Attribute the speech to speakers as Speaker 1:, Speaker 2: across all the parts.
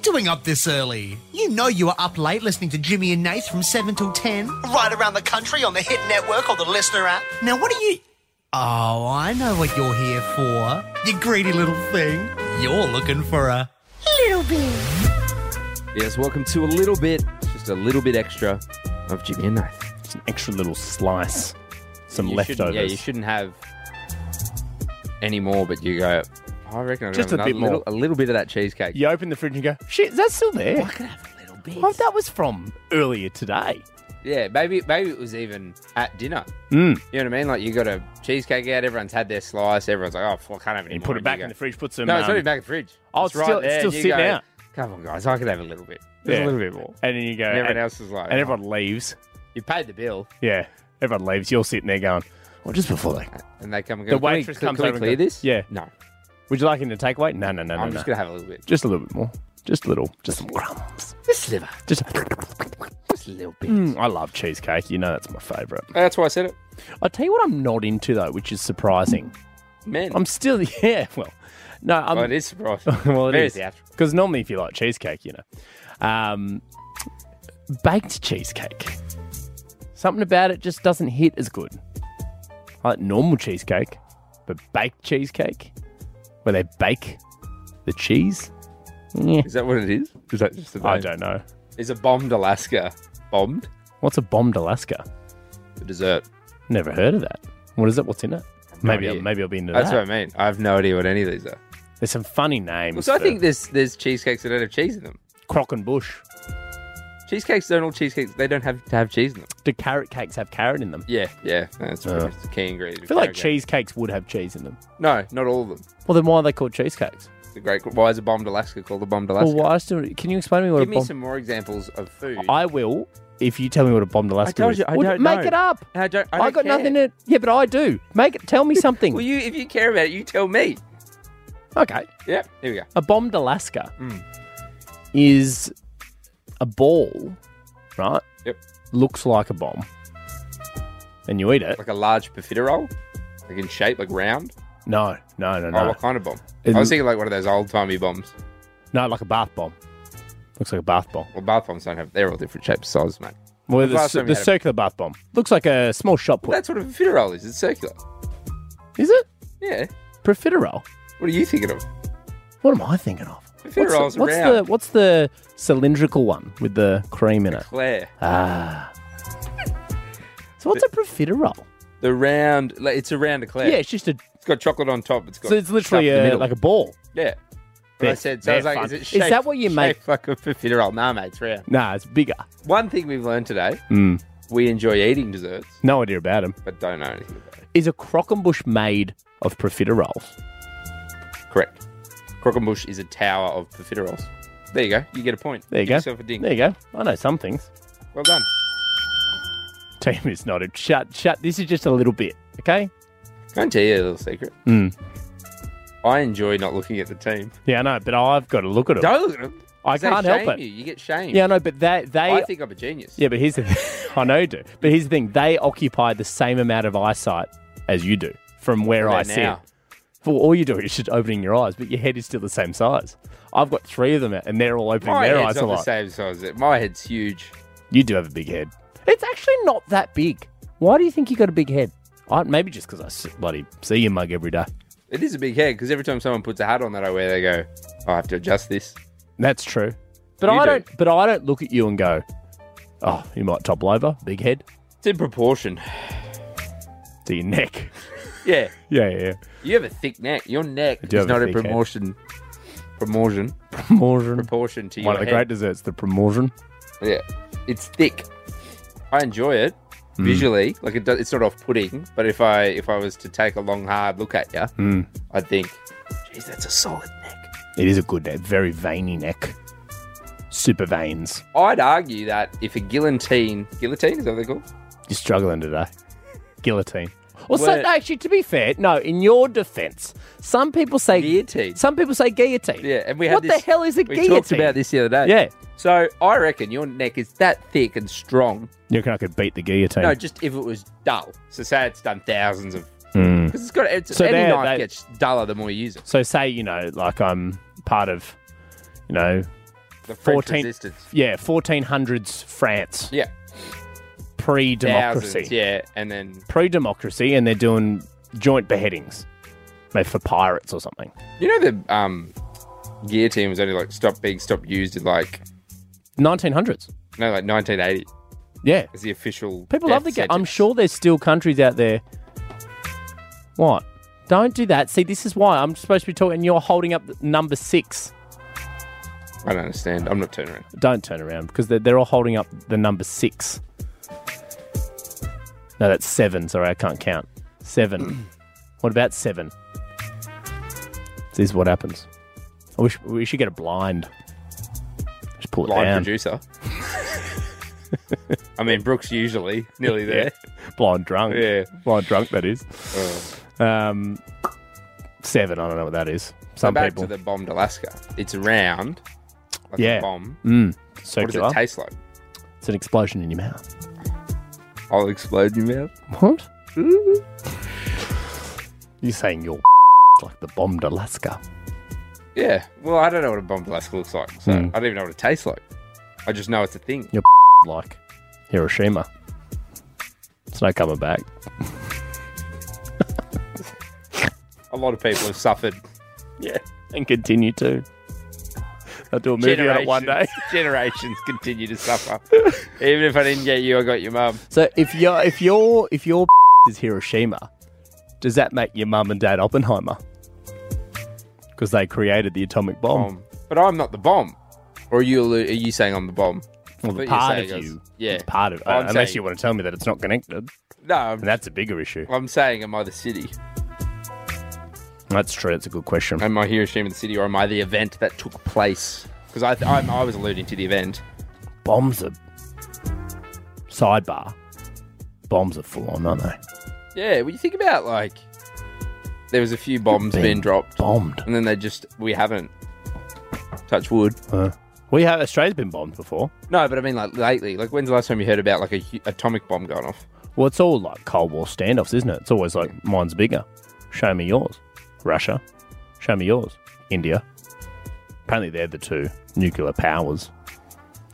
Speaker 1: doing up this early? You know you were up late listening to Jimmy and Nate from 7 till 10, right around the country on the Hit Network or the Listener app. Now, what are you. Oh, I know what you're here for. You greedy little thing. You're looking for a. Little bit.
Speaker 2: Yes, welcome to a little bit, just a little bit extra of Jimmy and Knife.
Speaker 3: It's an extra little slice, some
Speaker 2: You shouldn't-
Speaker 3: leftovers.
Speaker 2: Yeah, you shouldn't have any more, but you go, "Oh, I reckon I'll
Speaker 3: Just
Speaker 2: have
Speaker 3: a
Speaker 2: another
Speaker 3: bit
Speaker 2: little,
Speaker 3: more.
Speaker 2: A little bit of that cheesecake.
Speaker 3: You open the fridge and go, shit, is that still there? I could have a little bit. Well, that was from earlier today.
Speaker 2: Yeah, maybe maybe it was even at dinner.
Speaker 3: Mm.
Speaker 2: You know what I mean? Like you got a cheesecake out, everyone's had their slice, everyone's like, oh, fuck, I can't have any
Speaker 3: And
Speaker 2: more.
Speaker 3: put it back
Speaker 2: you
Speaker 3: in the
Speaker 2: go,
Speaker 3: fridge, put some.
Speaker 2: No, it's
Speaker 3: um,
Speaker 2: not even back in the fridge.
Speaker 3: Oh,
Speaker 2: it's
Speaker 3: it's
Speaker 2: right
Speaker 3: still- it's
Speaker 2: there.
Speaker 3: still
Speaker 2: and you
Speaker 3: sitting
Speaker 2: go,
Speaker 3: out.
Speaker 2: Come on, guys, I could have a little bit. There's a
Speaker 3: Yeah.
Speaker 2: little bit more.
Speaker 3: And then you go.
Speaker 2: And everyone
Speaker 3: and-
Speaker 2: else is like,
Speaker 3: and everyone leaves.
Speaker 2: "Oh, you paid the bill,
Speaker 3: Yeah, everyone leaves. You're sitting there going, well, just before that.
Speaker 2: and they come and go.
Speaker 3: The
Speaker 2: "Can we-
Speaker 3: waitress
Speaker 2: can-
Speaker 3: comes
Speaker 2: can we
Speaker 3: over and
Speaker 2: clear
Speaker 3: goes,
Speaker 2: this?
Speaker 3: "Yeah."
Speaker 2: No,
Speaker 3: Would you like him to take away? No, no, no, no,
Speaker 2: I'm
Speaker 3: no.
Speaker 2: just gonna have a little bit.
Speaker 3: Just a little bit more. Just a little. Just some crumbs.
Speaker 2: Just sliver,
Speaker 3: Just.
Speaker 2: just a little bit.
Speaker 3: Mm, I love cheesecake. You know that's my favourite.
Speaker 2: Uh, That's why I said it.
Speaker 3: I tell you what, I'm not into though, which is surprising.
Speaker 2: Man,
Speaker 3: I'm still, yeah. Well, no, I'm.
Speaker 2: oh, it is surprising.
Speaker 3: well, it
Speaker 2: Very
Speaker 3: is.
Speaker 2: theatrical.
Speaker 3: Because normally, if you like cheesecake, you know, um, baked cheesecake, something about it just doesn't hit as good. I like normal cheesecake, but baked cheesecake, where they bake the cheese. Yeah,
Speaker 2: Is that what it is? Is that just the
Speaker 3: I
Speaker 2: name?
Speaker 3: don't know.
Speaker 2: Is a bombed Alaska bombed
Speaker 3: What's a bombed Alaska?
Speaker 2: the dessert?
Speaker 3: Never heard of that. What is it? What's in it?
Speaker 2: no
Speaker 3: Maybe, I'll,
Speaker 2: idea.
Speaker 3: maybe I'll be into
Speaker 2: That's
Speaker 3: that.
Speaker 2: what I mean. I have no idea what any of these are.
Speaker 3: There's some funny names.
Speaker 2: Well, so I
Speaker 3: for-
Speaker 2: think there's there's cheesecakes that don't have cheese in them.
Speaker 3: crock and bush.
Speaker 2: Cheesecakes don't all cheesecakes. They don't have to have cheese in them.
Speaker 3: Do carrot cakes have carrot in them?
Speaker 2: Yeah, yeah. That's pretty much the key ingredient.
Speaker 3: Uh, I feel like cheesecakes would have cheese in them.
Speaker 2: No, not all of them.
Speaker 3: Well, then why are they called cheesecakes?
Speaker 2: The great. Why is a bombed Alaska called a bombed Alaska?
Speaker 3: Well, why is there, can you explain to me what
Speaker 2: Give
Speaker 3: a
Speaker 2: me
Speaker 3: bomb?
Speaker 2: some more examples of food.
Speaker 3: I will if you tell me what a bomb Alaska
Speaker 2: told
Speaker 3: is.
Speaker 2: you, I
Speaker 3: Well,
Speaker 2: don't
Speaker 3: make
Speaker 2: know.
Speaker 3: it up.
Speaker 2: I don't- I
Speaker 3: I
Speaker 2: don't
Speaker 3: got
Speaker 2: care.
Speaker 3: nothing in it. Yeah, but I do. Make it. Tell me something.
Speaker 2: Well, you if you care about it, you tell me.
Speaker 3: okay.
Speaker 2: Yeah, here we go.
Speaker 3: A bomb Alaska
Speaker 2: Hmm.
Speaker 3: is a ball, right?
Speaker 2: Yep,
Speaker 3: Looks like a bomb, and you eat it.
Speaker 2: like a large profiterole, like in shape, like round.
Speaker 3: No, no, no,
Speaker 2: Oh,
Speaker 3: no.
Speaker 2: what kind of bomb?
Speaker 3: It-
Speaker 2: I was thinking like one of those old timey bombs.
Speaker 3: No, like a bath bomb. Looks like a bath bomb.
Speaker 2: Well, bath bombs don't have. They're all different shapes, sizes, mate.
Speaker 3: Well,
Speaker 2: The
Speaker 3: the,
Speaker 2: last
Speaker 3: the,
Speaker 2: time we had a-
Speaker 3: circular bath bomb looks like a small shot put.
Speaker 2: That's what a profiterole is. It's circular.
Speaker 3: Is it
Speaker 2: Yeah.
Speaker 3: profiterole?
Speaker 2: What are you thinking of?
Speaker 3: What am I thinking of? What's the,
Speaker 2: Profiterole's
Speaker 3: what's
Speaker 2: round.
Speaker 3: the what's the cylindrical one with the cream in it?
Speaker 2: Claire,
Speaker 3: Ah. So what's a profiterole?
Speaker 2: the round. Like, it's a round eclair.
Speaker 3: Yeah, it's just a.
Speaker 2: It's got chocolate on top. It's got.
Speaker 3: So it's literally
Speaker 2: stuff in the
Speaker 3: a,
Speaker 2: middle.
Speaker 3: like a ball.
Speaker 2: yeah. But
Speaker 3: They're-
Speaker 2: I said. So I was
Speaker 3: they're
Speaker 2: like, is
Speaker 3: fun.
Speaker 2: it
Speaker 3: Is
Speaker 2: shaped,
Speaker 3: that what you make-
Speaker 2: shaped Like a profiterole. Nah, mate. It's round.
Speaker 3: Nah, it's bigger.
Speaker 2: One thing we've learned today:
Speaker 3: Mm.
Speaker 2: we enjoy eating desserts,
Speaker 3: No idea about them.
Speaker 2: but don't know anything about it.
Speaker 3: Is a croquembouche made of profiteroles?
Speaker 2: Correct. Croquembouche is a tower of profiteroles. There you go. You get a point.
Speaker 3: There you
Speaker 2: Give
Speaker 3: go.
Speaker 2: Yourself a ding.
Speaker 3: There you go. I know some things.
Speaker 2: Well done.
Speaker 3: Team is nodded. Shut, shut. This is just a little bit, okay?
Speaker 2: Can I tell you a little secret?
Speaker 3: Mm.
Speaker 2: I enjoy not looking at the team.
Speaker 3: Yeah, I know, but I've got to look at them.
Speaker 2: Don't look at them.
Speaker 3: I
Speaker 2: 'cause they
Speaker 3: can't help
Speaker 2: shame
Speaker 3: it.
Speaker 2: You. you get shamed.
Speaker 3: Yeah, I know, but they they
Speaker 2: I think I'm a genius.
Speaker 3: Yeah, but here's the thing. I know you do. But here's the thing. They occupy the same amount of eyesight as you do from where I
Speaker 2: Right
Speaker 3: sit.
Speaker 2: now.
Speaker 3: For all you do is just opening your eyes, but your head is still the same size. I've got three of them and they're all opening
Speaker 2: My
Speaker 3: their
Speaker 2: head's
Speaker 3: eyes a
Speaker 2: not the
Speaker 3: lot.
Speaker 2: same size. as it. My head's huge.
Speaker 3: You do have a big head. It's actually not that big. Why do you think you got a big head? I, maybe just because I s- bloody see your mug every day.
Speaker 2: It is a big head because every time someone puts a hat on that I wear, they go, "I have to adjust this."
Speaker 3: That's true. But
Speaker 2: You
Speaker 3: I
Speaker 2: do.
Speaker 3: do. not But I don't look at you and go, "Oh, you might topple over, big head."
Speaker 2: It's in proportion.
Speaker 3: To your neck.
Speaker 2: Yeah,
Speaker 3: Yeah, yeah.
Speaker 2: you have a thick neck. Your neck
Speaker 3: do
Speaker 2: is
Speaker 3: have a
Speaker 2: not in
Speaker 3: thick head.
Speaker 2: promotion, promotion,
Speaker 3: yeah. Promotion.
Speaker 2: proportion to your
Speaker 3: One of the great
Speaker 2: head.
Speaker 3: desserts, the promotion.
Speaker 2: Yeah, it's thick. I enjoy it
Speaker 3: Hmm.
Speaker 2: visually. Like it, do, it's not off-putting. But if I if I was to take a long hard look at you,
Speaker 3: Hmm.
Speaker 2: I'd think, "Geez, that's a solid neck."
Speaker 3: It is a good neck, very veiny neck. Super veins.
Speaker 2: I'd argue that if a guillotine, guillotine is that what they're called?
Speaker 3: You're struggling today. Guillotine. Also,
Speaker 2: Well-
Speaker 3: actually, to be fair, no. In your defence, some people say
Speaker 2: Guillotine.
Speaker 3: Some people say guillotine.
Speaker 2: Yeah, and we had
Speaker 3: what
Speaker 2: this-
Speaker 3: the hell is a
Speaker 2: we
Speaker 3: guillotine?
Speaker 2: talked about this the other day.
Speaker 3: Yeah.
Speaker 2: So I reckon your neck is that thick and strong.
Speaker 3: You reckon I could beat the guillotine?
Speaker 2: No, just if it was dull. So say it's done thousands of. Because it's got it's,
Speaker 3: Hmm. So
Speaker 2: any
Speaker 3: they're-
Speaker 2: knife
Speaker 3: they-
Speaker 2: gets duller the more you use it.
Speaker 3: So say you know, like I'm part of, you know,
Speaker 2: The French
Speaker 3: 14
Speaker 2: resistance.
Speaker 3: yeah, 1400s France,
Speaker 2: Yeah.
Speaker 3: pre-democracy.
Speaker 2: Thousands. Yeah. And then,
Speaker 3: Pro-democracy, and they're doing joint beheadings, maybe for pirates or something.
Speaker 2: you know, the um, guillotine was only like stopped being stopped used in like,
Speaker 3: 1900s.
Speaker 2: no, like 1980
Speaker 3: Yeah,
Speaker 2: as the official.
Speaker 3: people love the
Speaker 2: death
Speaker 3: game. I'm
Speaker 2: sentence.
Speaker 3: sure there's still countries out there. What? Don't do that. See, this is why I'm supposed to be talking. and You're holding up the- number six.
Speaker 2: I don't understand. I'm not turning around.
Speaker 3: Don't turn around because they're, they're all holding up the number six. No, that's seven. Sorry, I can't count. Seven. what about seven? This is what happens. I wish we should get a blind. Just pull it
Speaker 2: Blind
Speaker 3: down.
Speaker 2: producer. I mean, Brooks usually nearly
Speaker 3: Yeah.
Speaker 2: there.
Speaker 3: Blind drunk.
Speaker 2: Yeah.
Speaker 3: Blind drunk. That is. Um, seven. I don't know what that is.
Speaker 2: So
Speaker 3: Some
Speaker 2: back
Speaker 3: people.
Speaker 2: to the bombed Alaska. It's round, like
Speaker 3: Yeah.
Speaker 2: a bomb.
Speaker 3: Mm,
Speaker 2: What does
Speaker 3: circular.
Speaker 2: it taste like?
Speaker 3: it's an explosion in your mouth.
Speaker 2: I'll explode your mouth.
Speaker 3: What? You're saying you're like the bombed Alaska.
Speaker 2: Yeah. Well, I don't know what a bombed Alaska looks like, so I don't even know what it tastes like. I just know it's a thing.
Speaker 3: You're like Hiroshima. It's no coming back.
Speaker 2: A lot of people have suffered.
Speaker 3: Yeah. And continue to. I'll do a movie on it one day.
Speaker 2: Generations- generations continue to suffer. even if I didn't get you, I got your mum.
Speaker 3: So if your if your if your is Hiroshima, does that make your mum and dad Oppenheimer? Because they created the atomic bomb.
Speaker 2: Bomb. But I'm not the bomb. Or are you? allu- Are you saying I'm the bomb?
Speaker 3: Well,
Speaker 2: Oh, But
Speaker 3: the
Speaker 2: you're
Speaker 3: part
Speaker 2: saying
Speaker 3: of
Speaker 2: it's-
Speaker 3: you.
Speaker 2: yeah. Oh,
Speaker 3: It's part of. uh,
Speaker 2: I'm
Speaker 3: unless
Speaker 2: saying-
Speaker 3: you want to tell me that it's not connected,
Speaker 2: No, I'm,
Speaker 3: and that's a bigger issue.
Speaker 2: I'm saying, am I the city?
Speaker 3: That's true. That's a good question.
Speaker 2: Am I Hiroshima the city, or am I the event that took place? Because I, th- I'm, I was alluding to the event.
Speaker 3: Bombs are. Sidebar. Bombs are full on, aren't they?
Speaker 2: Yeah, when you think about like, there was a few bombs
Speaker 3: Been
Speaker 2: being dropped,
Speaker 3: Bombed.
Speaker 2: and then they just we haven't. Touch wood.
Speaker 3: Uh, we have Australia's been bombed before.
Speaker 2: No, but I mean, like lately. Like, when's the last time you heard about like a hu- atomic bomb going off?
Speaker 3: Well, it's all like Cold War standoffs, isn't it? It's always like mine's bigger. Show me yours, Russia. Show me yours, India. Apparently, they're the two nuclear powers: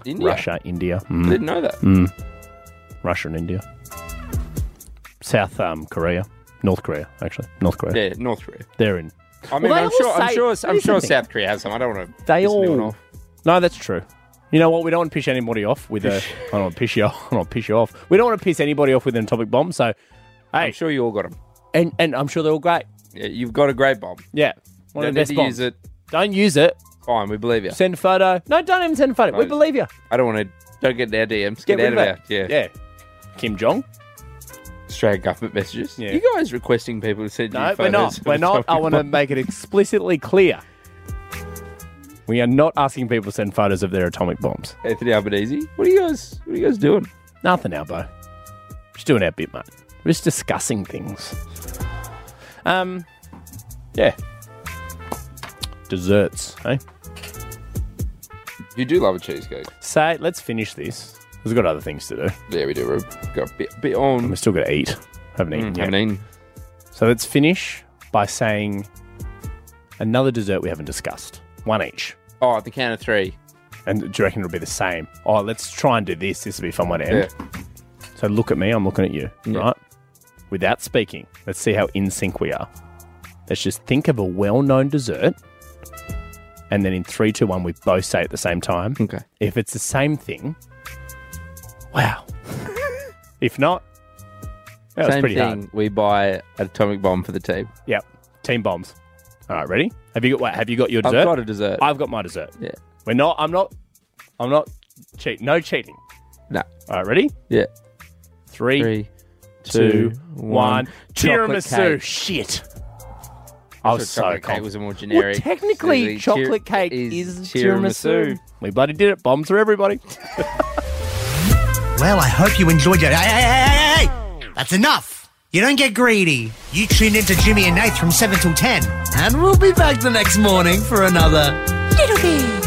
Speaker 2: India.
Speaker 3: Russia, India,
Speaker 2: I
Speaker 3: mm,
Speaker 2: didn't know that.
Speaker 3: Russia and India, South um, Korea, North Korea, actually, North Korea.
Speaker 2: Yeah, North Korea.
Speaker 3: They're in.
Speaker 2: I mean,
Speaker 3: they
Speaker 2: I'm,
Speaker 3: all
Speaker 2: sure, I'm
Speaker 3: say-
Speaker 2: sure.
Speaker 3: here's
Speaker 2: I'm
Speaker 3: the
Speaker 2: sure.
Speaker 3: thing.
Speaker 2: South Korea has some. I don't want to.
Speaker 3: They all-
Speaker 2: Off.
Speaker 3: No, that's true. You know what? We don't want to piss anybody off with a. I don't want to piss you. Off, I don't want to piss you off. We don't want to piss anybody off with an atomic bomb. So,
Speaker 2: I'm
Speaker 3: hey,
Speaker 2: sure you all got them.
Speaker 3: and and I'm sure they're all great.
Speaker 2: Yeah, you've got a great bomb.
Speaker 3: Yeah,
Speaker 2: Don't
Speaker 3: one of the
Speaker 2: need
Speaker 3: best
Speaker 2: to
Speaker 3: bombs.
Speaker 2: use it.
Speaker 3: Don't use it.
Speaker 2: Fine, we believe you.
Speaker 3: Send a photo. No, don't even send a photo. We
Speaker 2: Right.
Speaker 3: believe you.
Speaker 2: I don't want to. Don't get in our DMs.
Speaker 3: Get
Speaker 2: Get,
Speaker 3: rid
Speaker 2: out
Speaker 3: of
Speaker 2: of,
Speaker 3: it.
Speaker 2: our yeah.
Speaker 3: Yeah. Kim Jong?
Speaker 2: Australian government messages.
Speaker 3: Yeah.
Speaker 2: You guys requesting people to send
Speaker 3: No,
Speaker 2: you photos?
Speaker 3: we're not.
Speaker 2: of
Speaker 3: We're not. I
Speaker 2: atomic
Speaker 3: want to
Speaker 2: bombs.
Speaker 3: make it explicitly clear. We are not asking people to send photos of their atomic bombs.
Speaker 2: Anthony Albanese. What are you guys? What are you guys doing?
Speaker 3: Nothing, Albo. Just doing our bit, mate. We're just discussing things. Um, yeah. Desserts, eh?
Speaker 2: You do love a cheesecake.
Speaker 3: Say, let's finish this. We've got other things to do.
Speaker 2: Yeah, we do. We've got a bit, bit
Speaker 3: We're
Speaker 2: on.
Speaker 3: still going to eat. Haven't eaten yet.
Speaker 2: Haven't eaten.
Speaker 3: So let's finish by saying another dessert we haven't discussed. One each.
Speaker 2: Oh, at the count of three.
Speaker 3: And do you reckon it'll be the same? Oh, let's try and do this. This will be a fun one to end. So look at me, I'm looking at you, right? Without speaking, let's see how in sync we are. Let's just think of a well known dessert. And then in three, two, one, we both say it at the same time.
Speaker 2: Okay.
Speaker 3: If it's the same thing, wow. if not, that was
Speaker 2: Same
Speaker 3: pretty
Speaker 2: thing.
Speaker 3: hard.
Speaker 2: We buy an atomic bomb for the team.
Speaker 3: Yep. Team bombs. All right, ready? Have you got wait, have you got your dessert?
Speaker 2: I've got a dessert.
Speaker 3: I've got my dessert.
Speaker 2: yeah.
Speaker 3: We're not I'm not I'm not cheat no cheating.
Speaker 2: No.
Speaker 3: All right, ready?
Speaker 2: Yeah.
Speaker 3: Three,
Speaker 2: Three,
Speaker 3: two, one.
Speaker 2: two, one. Chocolate
Speaker 3: Tiramisu.
Speaker 2: cake.
Speaker 3: Shit. I was so
Speaker 2: chocolate cake
Speaker 3: confident.
Speaker 2: was a more generic.
Speaker 3: Well, technically,
Speaker 2: The tir-
Speaker 3: chocolate cake is, tiramisu. We bloody did it. Bombs for everybody.
Speaker 1: Well, I hope you enjoyed your. Hey, hey, hey, hey, hey! That's enough! You don't get greedy. You tuned into Jimmy and Nate from 7 till 10. And we'll be back the next morning for another
Speaker 4: Little bit.